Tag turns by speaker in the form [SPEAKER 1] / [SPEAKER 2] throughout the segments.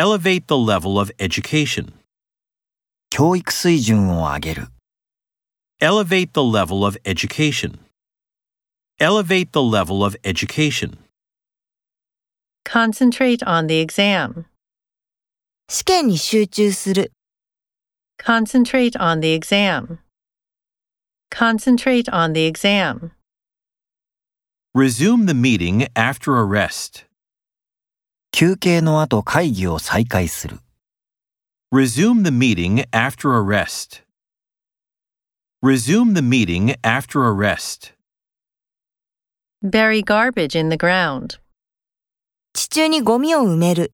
[SPEAKER 1] Elevate the level of education.
[SPEAKER 2] 教育水準を上げる。
[SPEAKER 1] Elevate the level of education. Elevate the level of education.
[SPEAKER 3] Concentrate on the exam.
[SPEAKER 4] 試験に集中する。
[SPEAKER 3] Concentrate on the exam. Concentrate on the exam.
[SPEAKER 1] Resume the meeting after a rest.
[SPEAKER 2] 休憩の後会議を再開する。
[SPEAKER 1] Resume the meeting after a rest. Resume the meeting after a rest.
[SPEAKER 3] Bury garbage in the ground.
[SPEAKER 4] 地中にゴミを埋める。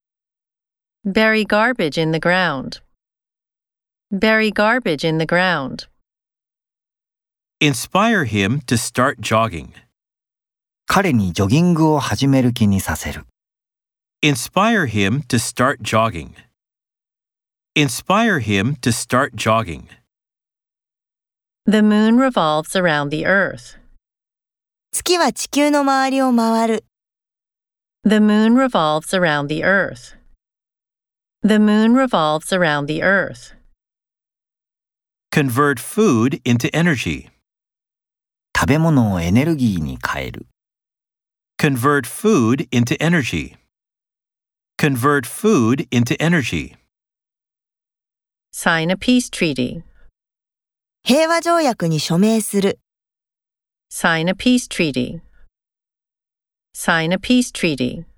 [SPEAKER 3] Bury garbage in the ground. Bury garbage in the ground.
[SPEAKER 1] Inspire him to start jogging.
[SPEAKER 2] 彼にジョギングを始める気にさせる。
[SPEAKER 1] Inspire him to start jogging. Inspire him to start jogging.
[SPEAKER 3] The moon revolves around the earth.
[SPEAKER 4] 月は地球の周りを回る。
[SPEAKER 3] The moon revolves around the earth. The moon revolves around the earth.
[SPEAKER 1] Convert food into energy.
[SPEAKER 2] 食べ物をエネルギーに変える。
[SPEAKER 1] Convert food into energy. Convert food into energy.
[SPEAKER 3] Sign a peace treaty.
[SPEAKER 4] 平和条約に署名する。
[SPEAKER 3] Sign a peace treaty. Sign a peace treaty.